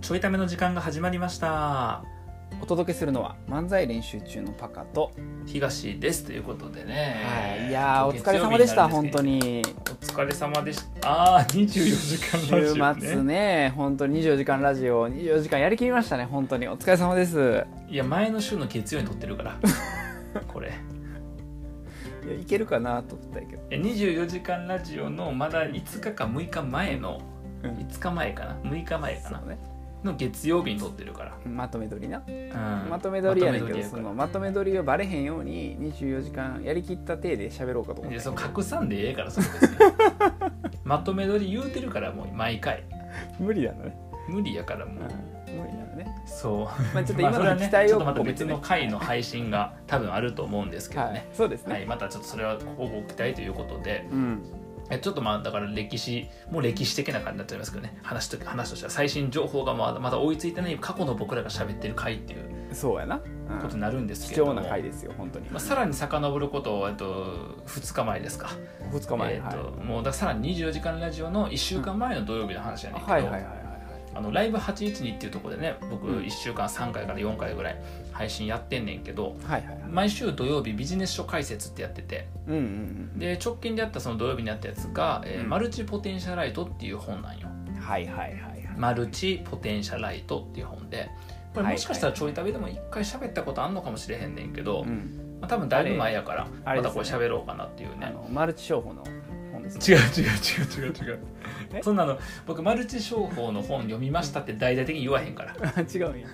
ちょいための時間が始まりましたお届けするのは漫才練習中のパカと、東ですということでね、いやーお疲れ様でした本当ににお疲れ様でしたあー24週時間ラジ末オねね本当に24時間ラジオ24時間やりきりましたね本当にお疲れ様ですいや前の週の月曜に撮ってるから これいやいけるかなと思ったけどえ24時間ラジオのまだ5日か6日前のうん5日前かな6日前かなそうねの月曜日に撮ってるから、まとめ撮りな、うんまとめ撮りやねんまとめ撮けりどやかそらのまとめ撮りをバレへんように24時間やりきった体で喋ろうかと思いっやてそう隠さんでええからそれ 別にまとめ撮り言うてるからもう毎回無理なのね、無理やからうんもう、、無理なのねそうまあちょっとまあ今それのは期ねち待ょをっとまた込め別てのね回の配信が多分あると思うんですけどはねい、そうですね、はい、またちょっとそれはここ期待ということでうんえちょっとまあだから歴史もう歴史的な感じになっちゃいますけどね話と話としては最新情報がまだまだ追いついてない過去の僕らが喋ってる回っていうそうやな、うんことになるんですけ貴れども、重な回ですよ本当に、まあ、さらに遡ることを、えっと、2日前ですか2日前、えーとはもうだからさらに24時間ラジオの1週間前の土曜日の話やねんけど、い、はいはいはいはいあのライブ812っていうところでね僕うん1週間3回から4回ぐらい配信やってんねんけどはいはいはい毎週土曜日ビジネス書解説ってやっててうんうんで直近でやったその土曜日にやったやつが、えーうんマルチポテンシャライト」っていう本なんよ。うんはいはいはいはいマルチポテンシャライトっていう本でこれもしかしたらちょい旅でも一回喋ったことあんのかもしれへんねんけど、うんまあ、多分だいぶ前やからあまれたこれ喋ろうかなっていうあねのマルチ商法の本ですね違う違う違う違う違うえそんなの僕マルチ商法の本読みましたって大々的に言わへんから 違うんや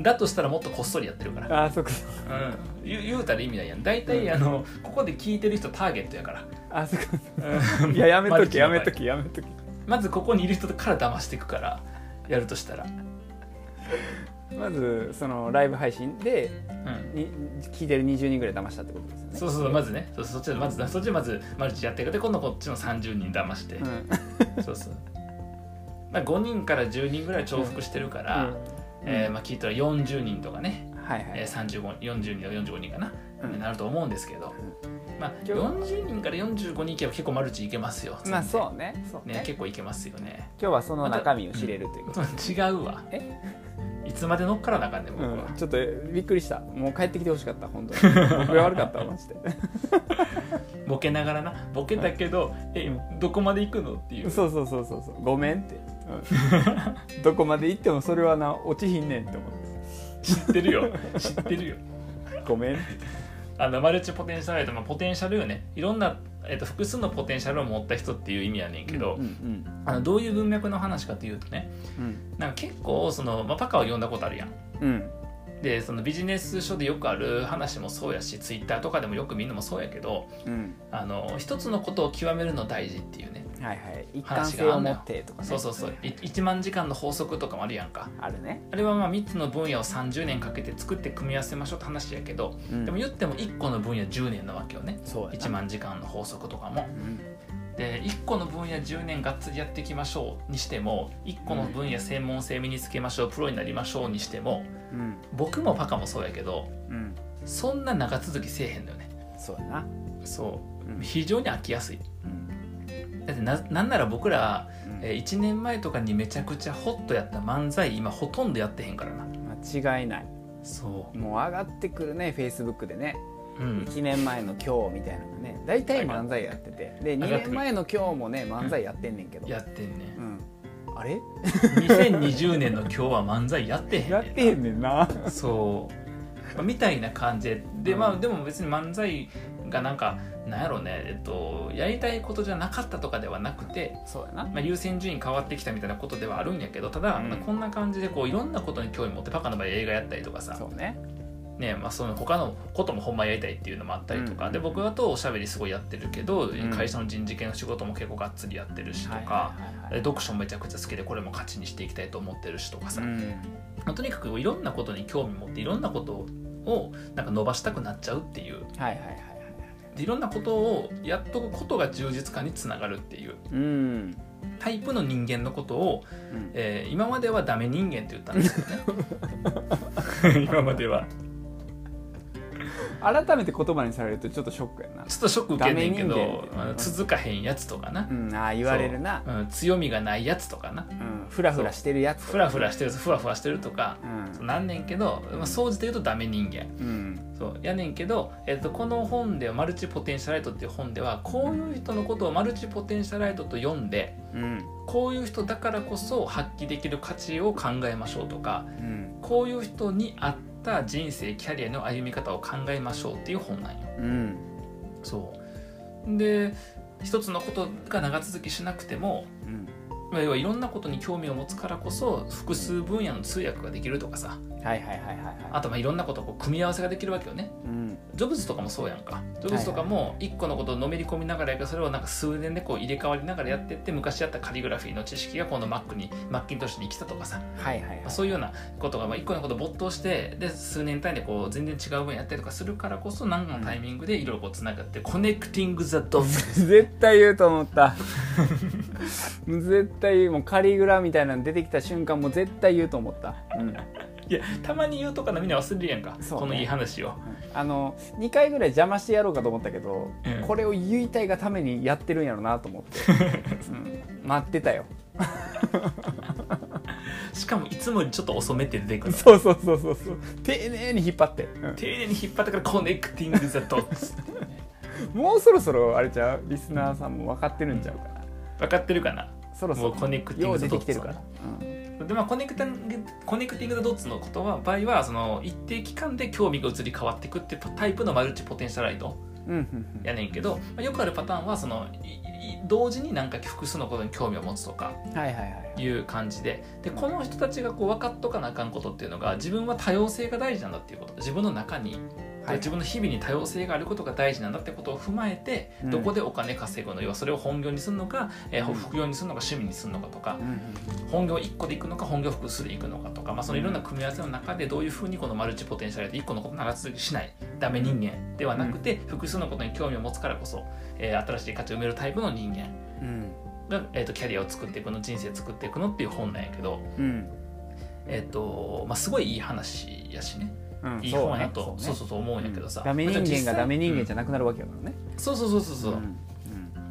だとしたらもっとこっそりやってるから、あーそっかそっかうん、言う言うたら意味ないやん大体あのここで聞いてる人ターゲットやからあーそっかそっかうん いややめマとルきチのや場合めときやめときまずここにいる人から騙していくからやるとしたら、まずそのライブ配信でうん、に聞いてる20人ぐらい騙したってことですよねそうそうまずねそうそっちでまずそっちでまずマルチやっていくで今度こっちの30人騙して、んそうそうまあ5人から10人ぐらい重複してるから、うんえーまあ、聞いたら40人とかね、はいはえー、い35 40人とか45人かな、うんなると思うんですけど、まあ、今日40人から45人いけば結構マルチいけますよまあそうねそうねね結構いけますよね 今日はその中身を知れるということ違うわいつまで乗っからなあかんねん僕は、うん、ちょっとびっくりしたもう帰ってきてほしかった本当に僕が悪かったわマジでボケながらなボケたけど、えどこまで行くのっていうそうそうそうそうそうごめんって、うん どこまで行ってもそれはな落ちひんねんって思って知ってるよ知ってるよごめんってあのマルチポテンシャルと、まあ、ポテンシャルよねいろんな、えっと複数のポテンシャルを持った人っていう意味やねんけど、うんうんあのどういう文脈の話かというとねうんなんか結構その、まあ、パカは読んだことあるやん。うんでそのビジネス書でよくある話もそうやしツイッターとかでもよく見るのもそうやけどうんあの一つのことを極めるの大事っていうねはいはい一貫話性があをんの持よってとかねそうそうそうい1万時間の法則とかもあるやんかあるね、あれはまあ3つの分野を30年かけて作って組み合わせましょうって話やけどうんでも言っても1個の分野10年なわけよねそうやな1万時間の法則とかもうんで1個の分野10年がっつりやっていきましょうにしても1個の分野専門性身につけましょうプロになりましょうにしてもうん僕もパカもそうやけどうんそんな長続きせえへんのよねそうやなそううん非常に飽きやすいうんだってななんなら僕ら、うんえー1年前とかにめちゃくちゃホットやった漫才今ほとんどやってへんからな間違いないそもう上がってくるねフェイスブックでねううん1年前の今日みたいなのがね大体漫才やっててで2年前の今日もね漫才やってんねんけどやってんねんうんあれ2020年の今日は漫才やってへんねんなやってへんねんなそう、まあみたいな感じでで,、まあ、でも別に漫才がなんかなんやろうね、えっと、やりたいことじゃなかったとかではなくて、そうやなまあ、優先順位変わってきたみたいなことではあるんやけどただ、うんまあこんな感じでこういろんなことに興味持ってパカの場合映画やったりとかさ、そうねねまあ、その他のこともほんまやりたいっていうのもあったりとか、うんで僕だとおしゃべりすごいやってるけど、ん会社の人事系の仕事も結構がっつりやってるしとか。はいはいはいはでい読書もめちゃくちゃ好きでこれも価値にしていきたいと思ってるしとかさ、うんまあとにかくいろんなことに興味持っていろんなことをなんか伸ばしたくなっちゃうっていうはいはいはいはいでいろんなことをやっとくことが充実感につながるっていううんタイプの人間のことを、うんえー今まではダメ人 間って言ったんですけどね今までは改めて言葉にされるとちょっとショックやなちょっとショック受けんねんけダメ人間どみたいなあの続かへんやつとかなう、んああ言われるなうん、強みがないやつとかなうんフラフラしてるやつフラフラしてるふわふわしてるとかうんそうなんねんけど、まあ、総じて言うとダメ人間うんそうやねんけど、えっとこの本では「マルチポテンシャライト」っていう本ではこういう人のことをマルチポテンシャライトと呼んでうんこういう人だからこそ発揮できる価値を考えましょうとかうんこういう人に合った人生キャリアの歩み方を考えましょうっていう本なんよ。うんそうで一つのことが長続きしなくてもうんまあ要はいろんなことに興味を持つからこそ複数分野の通訳ができるとかさはいはいはいはいはあとまあいろんなことをこう組み合わせができるわけよねいうんジョブズとかもそうやんかジョブズとかも一個のことをのめり込みながらやからそれをなんか数年でこう入れ替わりながらやってって昔やったカリグラフィーの知識がこのマックにマッキントッシュに来たとかさ、はいはいはいまあ、そういうようなことがまあ一個のことを没頭してで数年単位でこう全然違う分野やったりとかするからこそ何かのタイミングでいろいろこうつながってコネクティング・ザ・ドッツ絶対言うと思った もう絶対もうカリグラみたいなの出てきた瞬間もう絶対言うと思った、うん、いやたまに言うとかなみんな忘れるやんか、そうねこのいい話をあの2回ぐらい邪魔してやろうかと思ったけど、うんこれを言いたいがためにやってるんやろうなと 思って、うん待ってたよしかもいつもよりちょっと遅めって出てくるそうそうそうそうそう丁寧に引っ張って、うん丁寧に引っ張ったからコネクティング・ザ・ドッ ツもうそろそろあれちゃうリスナーさんも分かってるんちゃうかな、分かってるかなそろそもうろコネクティンよグ・うザ・出ドッてきてツるから、うんでまあ、コネクティングコネクティング・ザ・ドッツのことは場合はその一定期間で興味が移り変わっていくってタイプのマルチポテンシャライトうんうんやねんけど、まあ、よくあるパターンはそのいい同時になんか複数のことに興味を持つとかうんはいはいはいいう感じででこの人たちがこう分かっとかなあかんことっていうのが自分は多様性が大事なんだっていうこと自分の中に、はい自分の日々に多様性があることが大事なんだってことを踏まえて、うんどこでお金稼ぐの要はそれを本業にするのか、えーうん副業にするのか趣味にするのかとかうんうん本業1個でいくのか本業複数でいくのかとか、まあ、そのいろんな組み合わせの中でどういうふうにこのマルチポテンシャルで1個のこと長続きしないダメ人間ではなくて、複数のことに興味を持つからこそ、えー新しい価値を埋めるタイプの人間うんが、えー、とキャリアを作っていくの人生を作っていくのっていう本なんやけど、うんえーとまあ、すごいいい話やしねうんいい本やそうとねそう,、そうそう思うんやけどさ、ダメ人間がダメ人間じゃゃなくなるわけだからね、そうそうそうそうそう、ん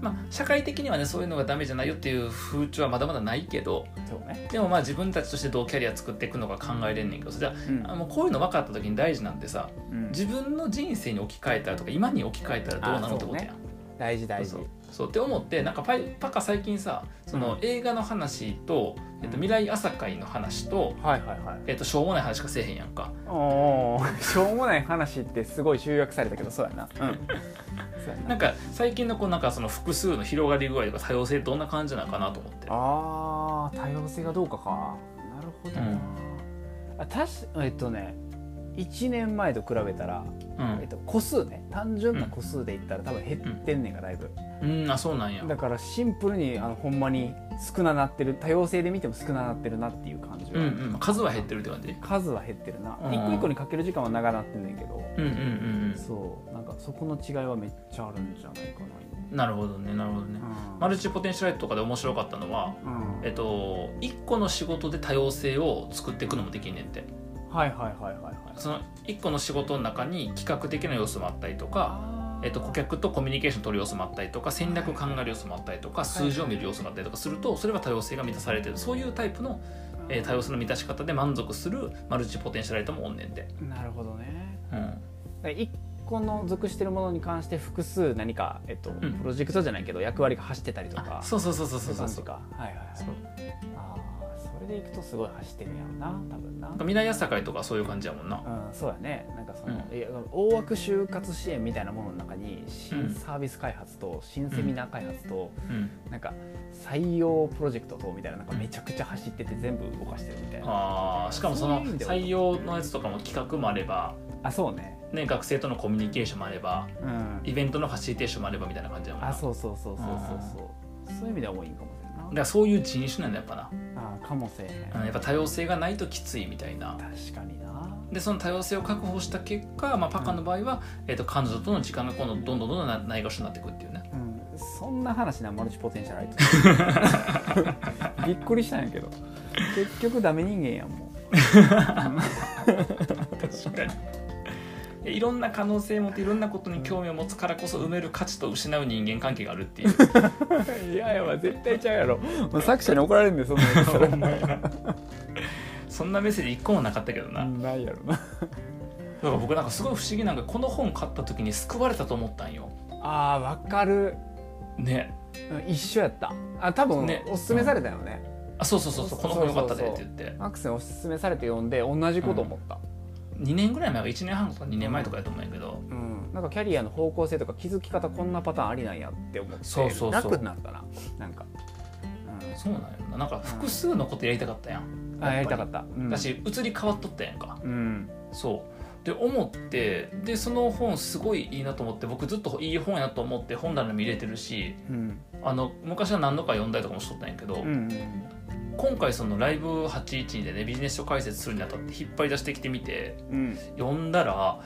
まあ、社会的にはねそういうのがダメじゃないよっていう風潮はまだまだないけどうんそうね、でもまあ自分たちとしてどうキャリア作っていくのか考えれんねんけどさじゃあうんあもうこういうの分かった時に大事なんでさうん自分の人生に置き換えたらとか今に置き換えたらどうなのってことやん。大事大事そうそうって思ってなんかパイパカ最近さその映画の話と、えっと、未来朝会の話と、はいはいはいえっと、しょうもない話しかせえへんやんかおー しょうもない話ってすごい集約されたけどそうやなうんそうやななんか最近のこうなんかその複数の広がり具合とか多様性どんな感じなのかなと思ってあー多様性がどうかかなるほどな、うんあたしえっとね1年前と比べたら、うえっん、と、個数ね単純な個数で言ったら多分減ってんねんがだいぶ、うん、あそうなんやだからシンプルにあのほんまに少ななってる多様性で見ても少ななってるなっていう感じうは、んうん数は減ってるって感じ数は減ってるな、うん一個一個にかける時間は長なってんねんけど、うんうんうんそうなんかそこの違いはめっちゃあるんじゃないかなうんなるほどねなるほどね今、うんマルチポテンシャライトとかで面白かったのはうんえっと、1個の仕事で多様性を作っていくのもできんねんってはいはいはいはいはいその1個の仕事の中に企画的な要素もあったりとか、えっと、顧客とコミュニケーション取る要素もあったりとか戦略を考える要素もあったりとか数字を見る要素があったりとかするとそれは多様性が満たされてるそういうタイプの、えー多様性の満たし方で満足するマルチポテンシャライトもおんねんて、なるほどねうん、だから一個の属してるものに関して複数何か、えっとんプロジェクトじゃないけど役割が走ってたりとかあそうそうそうそうそうそう感そじうかはいはいはいああそれでいくとすごい走ってるんやろな多分ななんか未来朝会とかそういう感じやもんなうん、そうやねなんかその、ういや大枠就活支援みたいなものの中にう新んサービス開発と新セミナー開発と、うんなんか採用プロジェクトとみたいななんかめちゃくちゃ走ってて全部動かしてるみたいなああーしかもその採用のやつとかも企画もあれば、そうねね、学生とのコミュニケーションもあればうんイベントのファシリテーションもあればみたいな感じだもんなあそうそうそうそうそうそうそういう意味では多いんかもしだれからそういう人種なんだやっぱな、ないなあかもしれへんうんやっぱ多様性がないときついみたいな確かになでその多様性を確保した結果、まあ、パカの場合は、えっと彼女との時間が今度どんどんどんどんなないがしろになってくっていうねうんそんな話なマルチポテンシャルあ いつびっくりしたんやけど結局ダメ人間やんもう確かに えいろんな可能性を持っていろんなことに興味を持つからこそ埋める価値と失う人間関係があるって いう いやいや絶対ちゃうやろもう作者に怒られるんでそんなやつ お前らそんなメッセージ一個もなかったけどな、ないやろなだから僕なんかすごい不思議なんかこの本買った時に救われたと思ったんよあーわかるねうん一緒やったあ多分ねおすすめされたよねあそうそうそうそうこの本良かったでって言ってマックスにおすすめされて読んで同じこと思った、 2年ぐらい前は1年半とか2年前とかやと思うんやけど、うんなんかキャリアの方向性とか気づき方こんなパターンありなんやって思ってそうそうそう楽になったななんか、そうなんやななんか複数のことやりたかったやん、うん、あやりたかった、うん、だし移り変わっとったやんかうんそうで思ってでその本すごいいいなと思って僕ずっといい本やと思って本棚にも入れてるしうんあの昔は何度か読んだりとかもしとったんやけど、うんうん今回その「ライブ812」でねビジネス書解説するにあたって引っ張り出してきてみてうん読んだら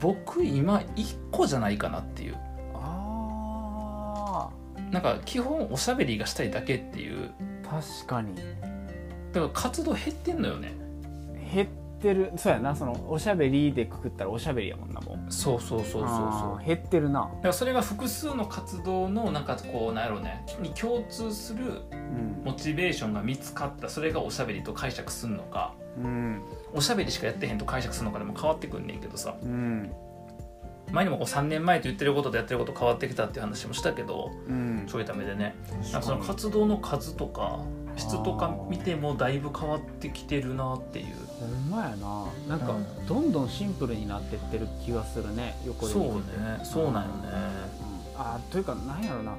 僕今1個じゃないかなっていうあなんか基本おしゃべりがしたいだけっていうー確かにだから活動減ってんのよね減ってるそうやなそのおしゃべりでくくったらおしゃべりやもんなもうそうそうそうそうそうあー減ってるなだからそれが複数の活動のなんかこうなんやろうねに共通するうんモチベーションが見つかったそれがおしゃべりと解釈すんのかうんおしゃべりしかやってへんと解釈するのかでも変わってくんねんけどさうん前にもこう3年前と言ってることとやってること変わってきたっていう話もしたけどうんちょいためでねなんかそ確のかに活動の数とか質とか見てもだいぶ変わってきてるなっていうほんまやななんかうんどんどんシンプルになってってる気がするね横でそう見ててねそうなんよねあーというかなんやろな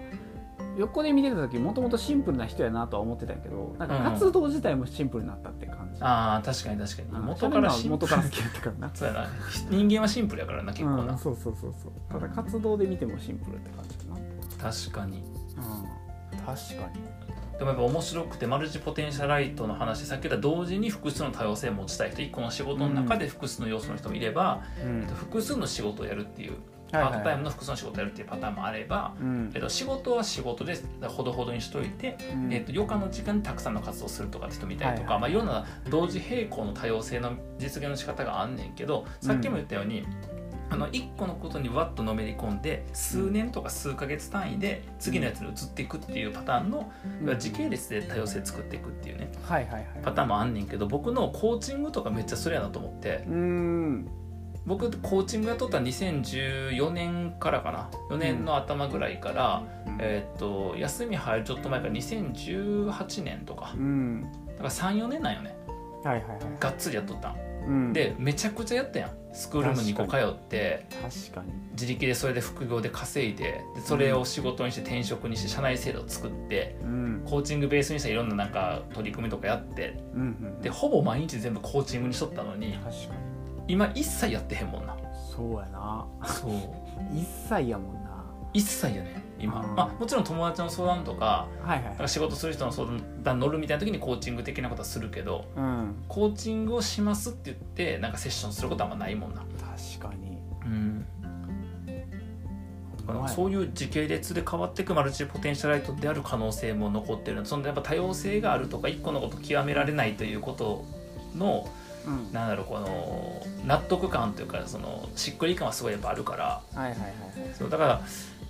横で見てた時もともとシンプルな人やなとは思ってたんやけどなんか活動自体もシンプルになったって感じ、あー確かに確かにうん元からシンプ元ル から好きやったから なそうやな人間はシンプルやからな結構う、なんそうそうそうそうただ活動で見てもシンプルって感じかな、確かにうん、確かにでもやっぱ面白くてマルチポテンシャライトの話さっき言った同時に複数の多様性を持ちたい人1個の仕事の中で複数の要素の人もいれば、うん複数の仕事をやるっていう、はいはいパートタイムの複数の仕事をやるっていうパターンもあれば、うんえっと、仕事は仕事でほどほどにしといて、うんえっと、余暇の時間にたくさんの活動をするとかって人みたいとか、はいいまあ、いろんな同時並行の多様性の実現の仕方があんねんけどさっきも言ったように、あの1個のことにわっとのめり込んで数年とか数ヶ月単位で次のやつに移っていくっていうパターンの、うん時系列で多様性作っていくっていうねはいはいはいパターンもあんねんけど僕のコーチングとかめっちゃそれやなと思ってうーん僕コーチングやっとった2014年からかな4年の頭ぐらいから、えーっと休み入るちょっと前から2018年とかうんだから34年なんよねはいはいはいがっつりやっとったん、うんでめちゃくちゃやったやんスクールも2個通って確かに自力でそれで副業で稼いででそれを仕事にして転職にして社内制度を作ってうんコーチングベースにしたいろんななんか取り組みとかやってうんうんでほぼ毎日全部コーチングにしとったのに確かに今一切やってへんもんなそうやなそう一切やもんな 一切やねん今あーまあもちろん友達の相談とかはいなんはかい仕事する人の相談乗るみたいな時にコーチング的なことはするけどうんコーチングをしますって言ってなんかセッションすることはあんまないもんな確かにうんだからそういう時系列で変わっていくマルチポテンシャライトである可能性も残ってるそのやっぱ多様性があるとか一個のこと極められないということのうんなんだろうこの納得感というかそのしっくり感はすごいやっぱあるからはいはいはいはいそうだから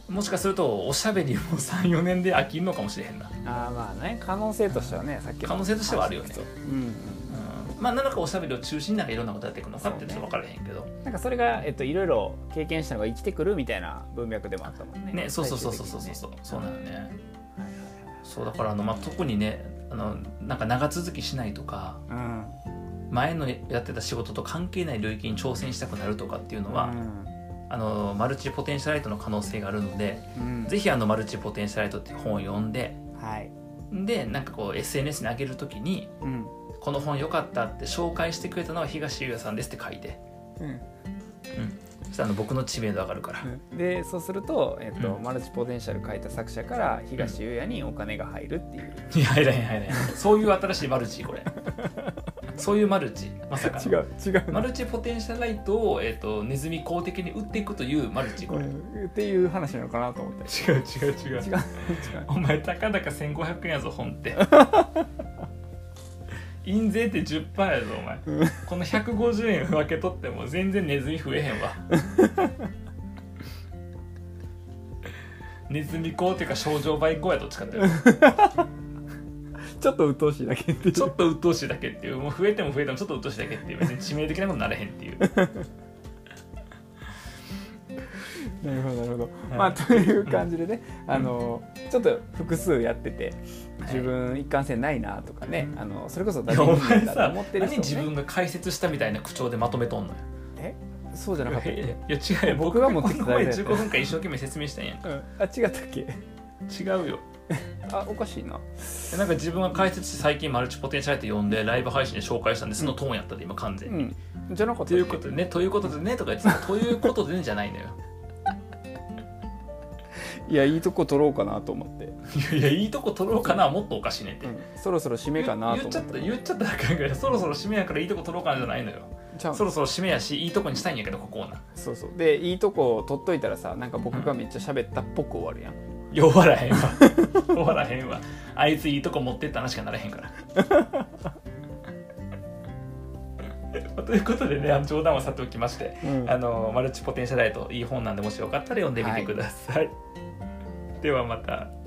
もしかするとおしゃべりも34年で飽きるのかもしれへんな、ああまあね可能性としてはねさっきの可能性としてはあるよねうんうん、まあ何らかおしゃべりを中心になんかいろんなことやっていくのかってちょっと分からへんけどうんなんかそれがえっといろいろ経験したのが生きてくるみたいな文脈でもあったもんねねそうそうそうそうそう最終そう的そうにそうなのねねはいそうだからあの、まあ、特にねあのなんか長続きしないとかはいはい前のやってた仕事と関係ない領域に挑戦したくなるとかっていううのんは、うんあのマルチポテンシャライトの可能性があるので、うんぜひあのマルチポテンシャライトっていう本を読んではいでなんかこう SNS に上げるときにうんこの本良かったって紹介してくれたのは東優也さんですって書いてうんそしたらあの僕の知名度上がるから、でそうすると、えっとうんマルチポテンシャル書いた作者から東優也にお金が入るっ ていう、いや入らへん入らへんそういう新しいマルチ これそういうマルチまさかのう違うマルチポテンシャライトを、えっとネズミ公的に売っていくというマルチこれ、違うんっていう話なのかなと思ったりう違う違 う違う違う お前たかだか1500円やぞ本って印税って10%やぞお前この150円分け取っても全然ネズミ増えへ んわネズミ講っていうか症状倍講やどっちかっていうと ちょっと鬱陶しいだけっていうちょっと鬱陶しいだけっていうもう増えても増えてもちょっと鬱陶しいだけっていう別に致命的なことになれへんっていうなるほどなるほど、はいまあという感じでね、あのちょっと複数やってて自分一貫性ないなとかね、あのそれこそい誰やおも前だとさ思ってる何人も、自ね、分が解説したみたいな口調でまとめとんのよえそうじゃなかったっいやいけ、や違うよ僕僕ががも持うってきこたこまだでけだよ15分間一生懸命説明したんやうん、あ違ったっけ違うよあおかしいななんか自分が解説して最近マルチポテンシャルって呼んでライブ配信で紹介したんでそのトーンやったで今完全うに、んじゃなかったとっいけうことでねということでねとか言ってたということでねじゃないのよ いやいいとこ取ろうかなと思って、いやいやいいとこ取ろうかなもっとおかしいねって、うんそろそろ締めかなと言思っっちゃてった言っちゃっただけやからそろそろ締めやからいいとこ取ろうかなじゃないのよちゃうそろそろ締めやしいいとこにしたいんやけどここをなそうそうでいいとこ取っといたらさなんか僕がめっちゃ喋ったっぽく終わるやん、いや終わらへんわ終わらへんわあいついいとこ持ってった話しかならへんからまあ ということでねあの冗談はさておきましてうんあのマルチポテンシャライトいい本なんでもしよかったら読んでみてください、ではまた。